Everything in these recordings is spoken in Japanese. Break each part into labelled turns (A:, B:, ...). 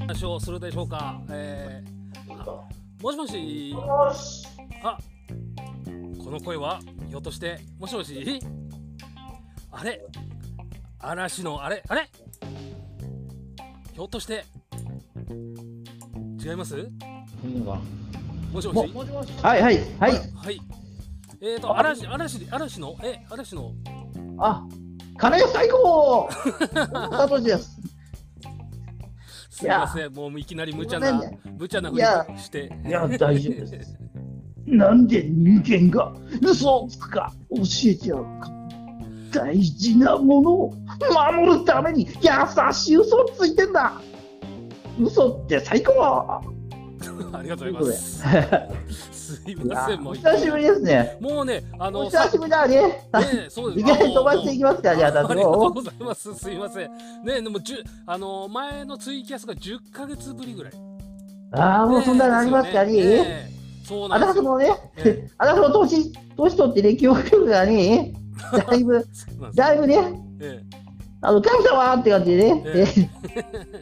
A: 話をするでしょうか。えー、もしもし、
B: よし。
A: あこの声はひょっとして、もしもしあれ嵐のあれあれひょっとして、違います
B: いいのか
A: もしも
B: も
A: し
B: はいはいはい。
A: はい。えーと、嵐、嵐、嵐の、え、嵐の、
B: あ、金吉 最高。サトシです。
A: すいません、もういきなり無茶
B: すい
A: な
B: ません、
A: 無茶ない
B: や
A: ふりして。
B: いや大丈夫です。なんで人間が嘘をつくか教えてやろうか。大事なものを守るために優しい嘘をついてんだ。嘘って最高。
A: ありがとうございます。すい
B: いや
A: ません、も
B: お
A: う。
B: 久しぶりですね。
A: もうね、あ
B: お
A: の、
B: 久しぶりだね。
A: ね、そうです。
B: いきなり
A: あの
B: 飛ばしていきますから、じゃあ、
A: あ
B: だ
A: り
B: っ
A: が
B: て
A: とう
B: も
A: ございます。すいません。ね、でも、じゅ、あの、前のツイキャスが10ヶ月ぶりぐらい。
B: うああ、もうそんなのありますか
A: ね
B: ね。
A: ねそうな
B: あ
A: んで
B: た
A: す
B: そ
A: よ。
B: のね、
A: え
B: あたその年、年取って歴を受けるからね、だ いぶ、
A: そうなんです
B: だいぶね、
A: え
B: あの、神様って感じでね、
A: え
B: え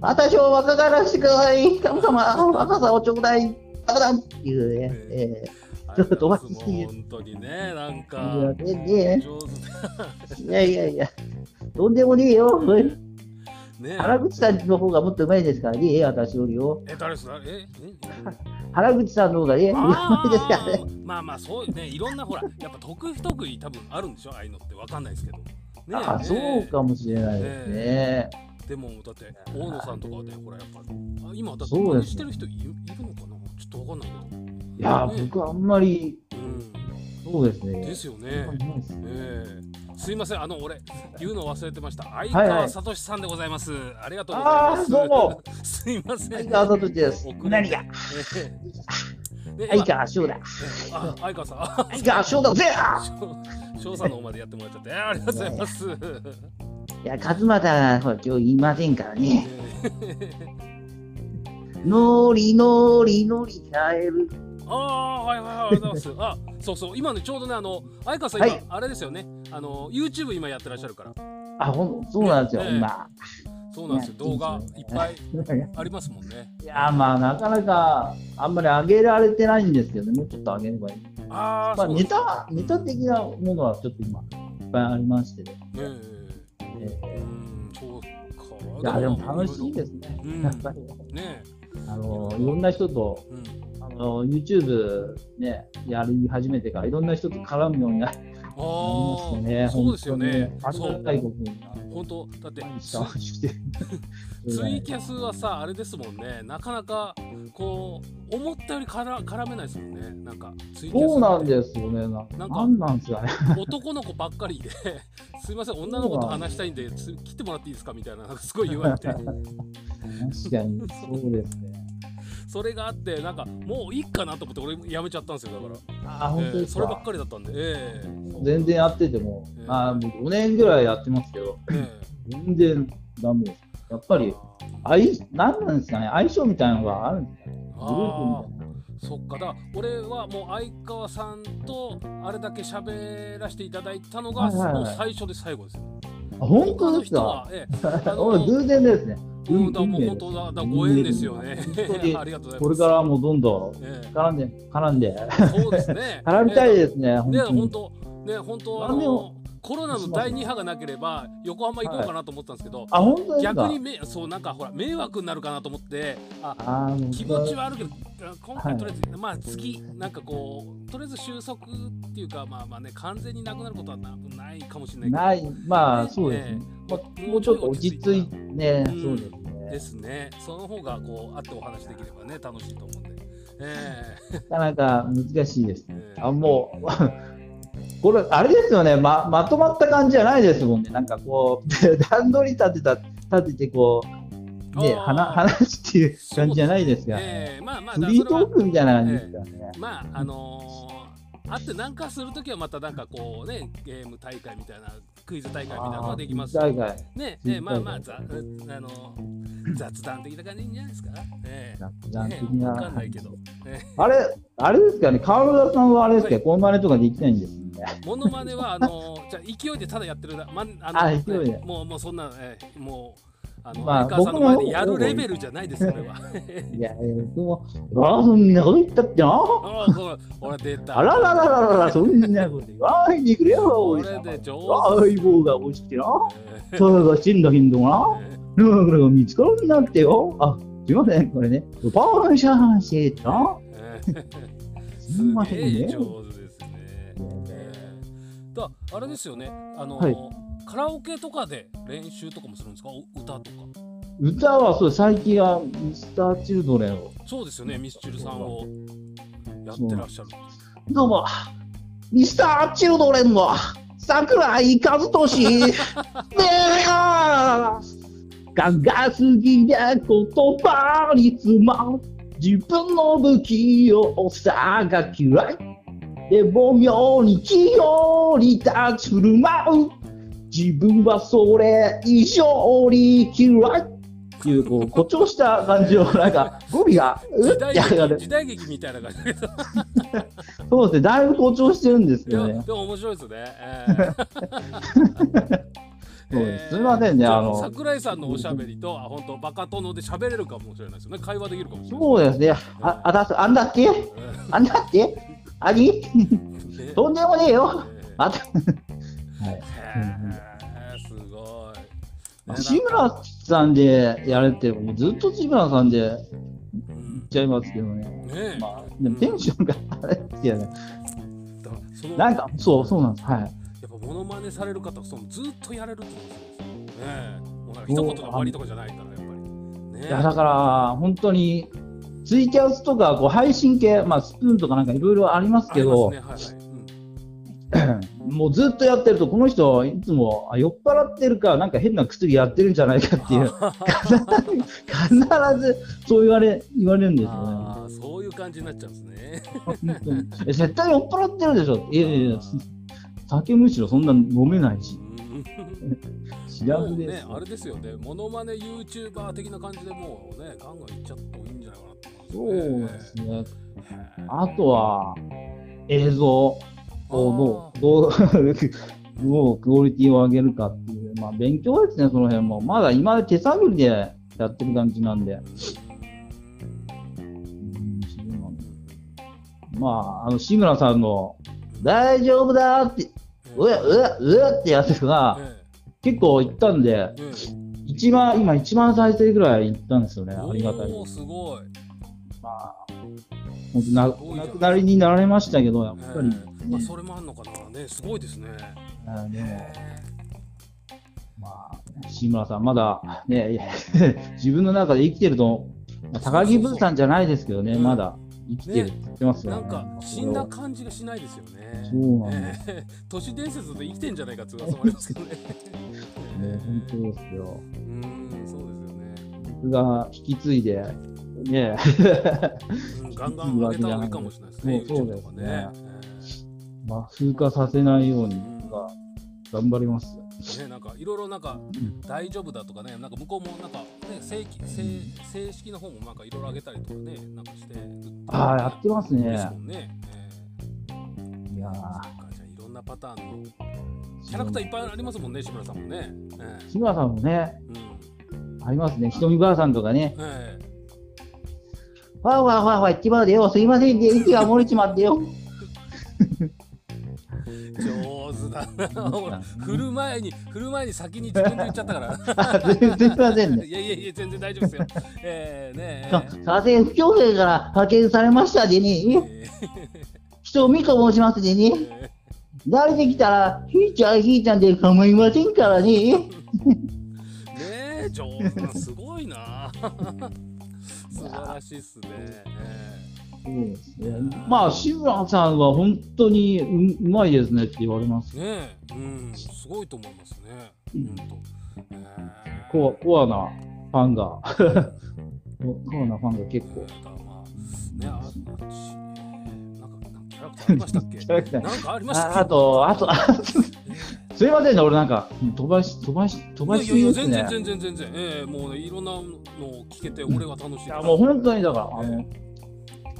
B: 私を若からしてください、神様、若さをちょうだい、ただっていうね、え
A: え
B: ちょっと飛ばしす
A: あり
B: ぎ
A: がとうございますもう本当にね、なん
B: え
A: か、
B: いやねね
A: 上手で
B: いやいやいや、とんでもねえよ、
A: ね。
B: 原口さんの方がもっとうまいですからね、私よりよ。
A: え、誰ですかええ
B: 原口さんの方がね、うま
A: あ
B: いですからね。
A: ーまあまあそうねいろんなほらやっぱ得不得意多分あるんでしょああいうのってわかんないですけどねえ
B: あ、そうかもしれないですね。
A: でもだって大野さんとかでほらやっぱあ今だって
B: そう
A: 真
B: で
A: 似
B: すね
A: してる人いるいるのかなちょっとわかんないけ
B: いや、僕はあんまり、
A: どうん
B: そうですね。
A: ですよねええすいませんあの俺言うの忘れてました相
B: はいは
A: 川
B: い
A: 聡さんでございますありがとうございます
B: あーどうも
A: すいませ
B: 相
A: ん
B: 川聡です
A: 遅れ。て
B: 何が
A: ええで
B: 相
A: 今
B: 川翔だ。
A: あ相川さんあ
B: 相川翔だぜ
A: 翔さんの 方までやってもらっちゃって、ありがとうございます。
B: いや、勝俣がほら今日いませんからね。のりのりのりカエル。
A: ああ、はいはいはい、ありがとうござい ます。あ、そうそう、今ね、ちょうどね、あの、相川さん、今、
B: はい
A: あれですよね。あの、YouTube 今やってらっしゃるから。
B: あ、ほんそうなんですよ、
A: ね
B: 今。
A: そうなんですよ、
B: ね
A: 動画いっぱい
B: い
A: ありますもんね。
B: や、まあ、なかなかあんまり上げられてないんですけどね、もうちょっと上げればいい。
A: ああ、
B: ま
A: そ
B: あ、
A: うなん
B: ネ
A: です
B: タ、ネタ的なものはちょっと今、いっぱいありましてね。
A: ね。
B: え
A: ええうん、そう
B: えい
A: か。
B: や、でも楽しいですね。
A: いろいろ。
B: やっぱり、
A: うん、ね
B: あの、いろんな人と
A: え、うん。
B: あの YouTube ねやり始めてからいろんな人と絡むようになり
A: ああ
B: ましたね。
A: ー、そうですよね。
B: 本当
A: そう
B: にありがたいこと に。
A: 本当、だって、
B: 毎日楽しくて。
A: ツイキャスはさあれですもんねなかなかこう思ったよりから絡めないですもんねなんかツイキャス
B: そうなん
A: す
B: ですよね。な
A: なんか
B: なんなんで すかね。
A: 男の子ばっかりで すいません女の子と話したいんでつ切ってもらっていいですかみたいななんかすごい言われ て
B: 確かにそうですね。
A: それがあってなんかもういいかなと思って俺やめちゃったんですよだから、
B: あ本当
A: え
B: で
A: ー
B: す
A: それば
B: か
A: っ。かりだったんでえ
B: 全然やってても
A: ええ、
B: あ僕5年ぐらいやってますけど、
A: ええ
B: 全然ダメです。やっぱ
A: え
B: り相なんなんですかね。相性みたいなのがあるんですかね。グルー
A: あ
B: プみたいな。
A: ーそっかだから俺はもう相川さんとあれだけ喋らせていただいたのが、
B: はいはいはい
A: もう最初で最後ですよ
B: あ本当です
A: 他の。
B: か
A: 人は ええあの
B: おい偶然ですね。
A: うん、だから
B: 運
A: もう
B: 命です
A: 本当だ、だからご縁ですよね
B: 本当。に
A: ありがとうございます。
B: これからもどんどん
A: え
B: 絡んで、絡んで、。
A: え、そうですね
B: 絡みたいですね、本
A: ね、
B: 当
A: 本
B: に。
A: 当、ね、本当、あ
B: 何を
A: の、コロナの第二波がなければ、横浜行こうかなと思ったんですけど。
B: あ、本当です
A: 逆
B: か
A: に。め、そう、なんか、ほら、迷惑になるかなと思って、あ。
B: あー
A: 気持ち
B: は
A: はあるけど、あ今
B: は
A: 回
B: い
A: とりあえず、まあ、月、なんかこう、とりあえず収束っていうか、まあまあね、完全になくなることはなないかもしれないけど。
B: ない、まあ、
A: ね
B: そうです
A: え
B: ね。
A: え
B: まあもうちょっと落ち着いて、ね、
A: うん
B: そうで
A: で
B: すね。
A: すね。その方が、こう、あってお話できればね、楽しいと思うんで。ええ
B: なかなか難しいですね。
A: ええ
B: あ、もう、これ、あれですよね、ま、まとまった感じじゃないですもんね。なんかこう、 段取り立てた、立ててこう、ね、
A: あー
B: 話、 話っていう感じじゃないですが、
A: ええまあまあ、
B: フ
A: だから
B: リ
A: そ
B: ー
A: れは
B: トークみたいな感じですからね。
A: まあ、あのー会ってなんかするときはまたなんかこうね、ゲーム大会みたいな、クイズ大会みたいなのができますし
B: あー
A: ね
B: 大会
A: ね
B: クイズ大会
A: まあまあ、ざあのー雑談的な感じいいんじゃないですか。ええ
B: 雑談
A: ね
B: 的
A: わかんないけど。
B: あれ、あれですかね、川村さんはあれですか、こんまねとかできないんですね。
A: モノマネは、あのーじゃあ勢いでただやってるだ、まんあの
B: あ勢いで
A: ねもう、もうそんな、ええもう、あの、
B: まあ
A: メーカーさんの前でやる
B: 僕も
A: レベルじゃないです、それは。
B: いや、僕も、ああ、そんなこと言ったってな。
A: あ あ、そう、俺出た。
B: あらららららら、そんなこと言わないでくれよ、お
A: こ
B: じ
A: れ
B: さ
A: で上手。
B: 相棒が欲しくてな。
A: え
B: ただがしてんだけどな。
A: ー
B: なかなか見つからんなってよ。あ、すいません、これね。パンシャンシェーな。
A: え
B: すい
A: ー
B: ますせん
A: げえ上手
B: ね。
A: ですね。えーだあれですよね、あの、
B: はい
A: カラオケとかで練習とかもするんですか、お歌とか。
B: 歌はそう、最近はミスターチルドレンを。
A: そうですよね、ミスチルさんをやってらっしゃる。
B: どうも、ミスターチルドレンの桜井和 俊であがすぎで言葉に詰まる自分の不器用さが嫌いでも妙に器用に立ち振る舞う自分はそれ以上に嫌いっていうこう誇張した感じのなんか語尾がうっ
A: 時
B: て
A: 代
B: 上がる
A: 劇時代劇みたいな感じです
B: そうですねだいぶ誇張してるんです
A: い
B: け
A: や
B: ど
A: で
B: ね
A: も面白いですね。えー
B: そうですすいませんね
A: じゃ
B: あの
A: 桜井さんのおしゃべりと、あ本当バカ殿で喋れるかもしれないですよね。会話できるかもしれない。
B: そうですね。あ、あだす、あんだって、あんだって、あり、
A: ですね。
B: とんでもねえよ。
A: えー
B: あた、
A: へーすごい。ねなんか
B: 志村さんでやれって、もうずっと志村さんでやっ
A: うん
B: ちゃいますけどね。
A: ねえ、
B: まあ、でもテンションがあれですよね。
A: だからその
B: なんか、そう、そうなんです。はい。
A: やっぱモノマネされる方そのずっとやれるってことですよねえ。もうなんか一言が終わりとかじゃないからやっぱり。ね
B: いや、だから、本当に、ツイキャスとか、こう、配信系、まあ、スプーンとかなんかいろいろありますけど、
A: ありますねはいはいうん
B: もうずっとやってると、この人、いつも、あ酔っ払ってるか、なんか変な薬やってるんじゃないかっていう。必ずそう言われ言われるんですよ
A: ああ、そういう感じになっちゃうんですね。
B: ね。え絶対酔っ払ってるでしょ。いやいやいや、酒むしろそんな飲めないし
A: う、ん
B: 幸
A: も
B: せ
A: う
B: で
A: ね
B: す、。
A: あれですよね、モノマネユーチューバー的な感じでもうね、ガンガンいっちゃってもいいんじゃないかなって
B: そ
A: 思
B: う
A: い
B: で
A: ますすね。
B: ね。
A: へー
B: あとは映像をどうどう どうクオリティを上げるかっていう、まあ勉強ですね、その辺も。まだ今手探りでやってる感じなんで。うんそうなんだまあ、あの志村さんの大丈夫だーって、うえ、うえ、うえってやつが、
A: え
B: 結構行ったんで
A: え、え
B: 一番、今一番再生ぐらい行ったんですよね。
A: え
B: ありがたい。
A: おーすごい。
B: まあ、本当な、お亡くなりになられましたけど、やっぱり、ね
A: ええまあ、それもあんのかな、ね、すごいですね。
B: あでも、
A: へ
B: まあ、志村さん、まだ、ね、いや 自分の中で生きてると、まあ高木ブーさんじゃないですけどね、
A: そうそう
B: まだ生きてるって言ってます
A: え
B: よ
A: な
B: ね。
A: んか死んだ感じがしないですよね。
B: そうなんで
A: ええ 都市伝説で生きてんじゃないかって噂もありますけ どね。
B: ね、本当ですよ。
A: うーん、そうですよね。
B: 僕が引き継いで、ね、
A: うんガンガン上げた方がいいかもしれないですね。
B: そうそうです
A: YouTube とか
B: ね
A: ね。
B: まあ、風化させないように
A: うん、
B: まあ頑張ります。
A: ね、なんかいろいろなんか
B: ん
A: 大丈夫だとかね、なんか向こうもなんかね正規正正式の方もなんかいろいろ上げたりとかね、なんかしてるっていうね
B: ああ、やってますね。
A: ですもんね。ええ
B: いや
A: そっ
B: ー
A: かじゃあいろんなパターンのキャラクターいっぱいありますもんね、志村さんもね。ええ
B: 志村さんもね、
A: うん
B: ありますね。ひとみばあさんとかね。
A: え
B: わーわーわーわー言ってまでよ。すいませんね。息が漏れちまってよ。
A: え上手だな。ほら振る前に振る前に先に自分で言っちゃったから。
B: あ全然すいませんね。
A: いやいやいや全然大丈夫ですよ。ええね
B: さ左遷不強制から派遣されましたで
A: え
B: ね。
A: え
B: ひとみと申しますで
A: え
B: ね。
A: え
B: 慣れてきたら、ひーちゃんひーちゃんで構いませんからね。
A: ねえ上手なすごいな素晴らしいっすね、え
B: そうですね。まあ、志村さんは本当にううまいですねって言われます。
A: えねえうんすごいと思いますね
B: うん
A: ほんとええ
B: コアコアなファンが、ココアなファンが結構。
A: なんかまあねああちなんかなんかキャラクターありましたっけ
B: キ ャラクター
A: なんかありましたっけ
B: ああと、あと、あと すいませんね、俺なんか、飛ばし、飛ばし、飛ばし
A: い
B: す
A: やい
B: ぎ
A: や
B: です
A: 全然
B: ね。
A: 全然全然ええもうねいろんなのを聞けて俺は楽しい
B: いや、もう本当にだから、あ
A: え
B: の、今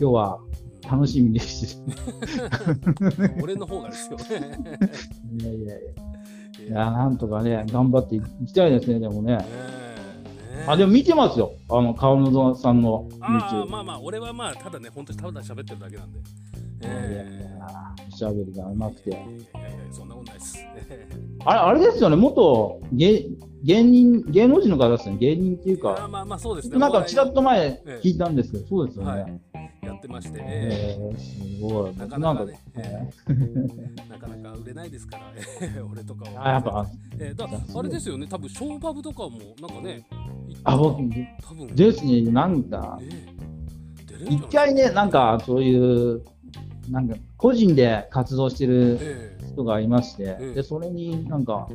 B: 日は楽しみです。
A: え俺の方がですよ
B: いやいやいや、
A: ええ
B: いやなんとかね、頑張っていきたいですね、でもね。
A: ねえねね
B: あでも見てますよあの川野さんの YouTube
A: ああまあまあ俺はまあただね本当にただ喋ってるだけなんでえ
B: しゃべりが
A: え
B: 甘
A: いや
B: くて
A: いやいやいやそんなことないですえ
B: あれあれですよね元芸芸人芸能人の方ですね芸人ってい
A: え
B: う
A: まあ
B: か
A: まあまあそうですね
B: なんかちらっ
A: っ
B: と前
A: ええ
B: 聞いたんですけどそうですよね、
A: はやってましてえ
B: えー、すごい
A: えなか
B: な
A: なん
B: か
A: かねええなかなか売れないですからええ俺とかは
B: あやっぱ
A: ええだあれですよね多分ショーパブとかもなんかね
B: あ僕
A: 多分
B: ですねなんか
A: ええ出れるんじゃない
B: 一回ねなんかそういうなんか個人で活動してる
A: ええ
B: 人がいまして、
A: うん
B: でそれになんか、う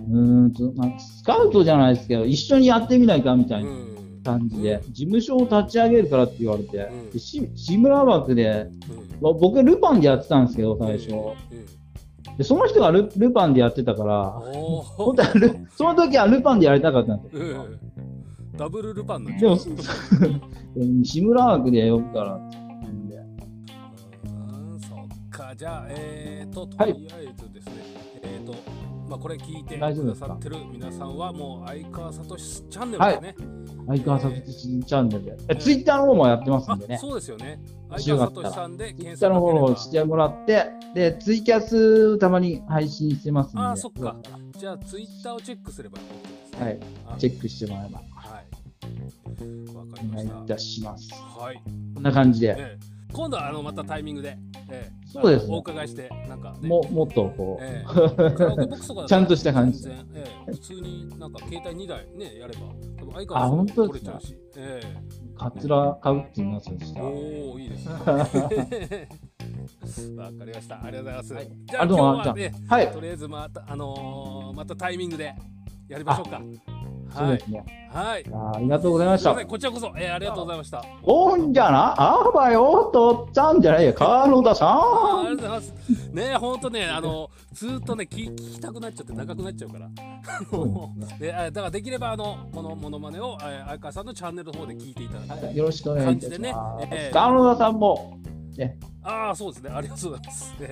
B: ーんと、まあ、スカウトじゃないですけど、一緒にやってみないかみたいな
A: うん
B: 感じで、
A: うん
B: 事務所を立ち上げるからって言われて、
A: うん
B: でし志村枠で、
A: うん
B: まあ僕、ルパンでやってたんですけど、最初。
A: ええええ
B: でその人がルルパンでやってたから、
A: おー
B: 本当はルその時はルパンでやりたかったんですよ。
A: ええダブルルパンなん
B: でも、
A: す
B: 志村枠で呼ぶからって言うんで。
A: うんそっかじゃあえー、とと
B: はい
A: りあえずですね、えー、とまあこれ聞いてく
B: 大丈夫で
A: だ
B: すか
A: さってる皆さんはもう相川聡チャンネルでね、
B: 相川さんとチャンネルで。え、ツイッターの方もやってますんで
A: あ
B: ね。
A: そうですよね
B: 面
A: 相
B: 白か
A: 川
B: ったら
A: 聡さんで
B: ツイ
A: 検
B: ッター
A: 索
B: の
A: かけれ
B: 方
A: ば
B: をしてもらって、で、ツイキャスたまに配信してますんで。
A: あーそっかじゃあツイッターをチェックすればいいですね
B: はい、
A: あ
B: チェックしてもらえば
A: はいわかり
B: お
A: ま
B: 願い
A: し
B: い
A: た
B: たします。
A: はい、
B: こんな感じで、
A: ええ、今度はあのまたタイミングで、ええ、
B: そうですね
A: あのお伺いしてなんか、ね、
B: ももっとこう、
A: ええ、カラオケボックスとかだら
B: ちゃんとした感じ
A: 全然、ええ、普通になんか携帯2台ねやれば多分相
B: あ
A: 川さん
B: 本
A: 取
B: 当で
A: れ
B: す
A: ち
B: か
A: ゃうし、え
B: カツラ買うって言いますよ、そし
A: え、
B: たら
A: おおいいですね わかりましたありがとうございます、
B: はい
A: じゃあ
B: あ
A: 今
B: どう
A: 日
B: も
A: はね
B: はい、
A: とりあえずまたあのー、またタイミングでやりましょうか
B: そう
A: は
B: で
A: い
B: すね。
A: はい
B: いやーありがとうございま
A: い
B: すした
A: ませ。んこちらこそ、ええ、ありがとうございました
B: おんじゃな、あばよ、とっちゃんじゃないよ、カー田さ
A: あありがとう
B: ん。
A: ございます。ね、本当ね、あの、ずーっとね、聞聞きたくなっちゃって、長くなっちゃうから。
B: そうで
A: で、あだから、できれば、あの、このモノマネを、あ相川さんのチャンネルの方で聞いていただきたい。
B: よろしくお願いいたし
A: 感
B: ま
A: じ
B: す
A: でねえ。ー
B: カー田さんも
A: ああ、そうですね、ありがとうございます。 ね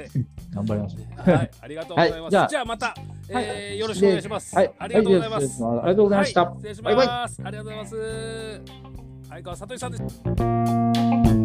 B: 頑張りましょう。
A: はい、ありがとうございます。
B: はい
A: じ
B: じ
A: ゃあ、
B: ゃあ
A: また、え
B: はい
A: ーよろしくお願いします。
B: はい、
A: ありがとうございま
B: は
A: す。
B: 失礼しますありがとうございました。
A: はい、失礼し
B: バイバイ
A: ます。ありがとうございます。相川さとりさんです。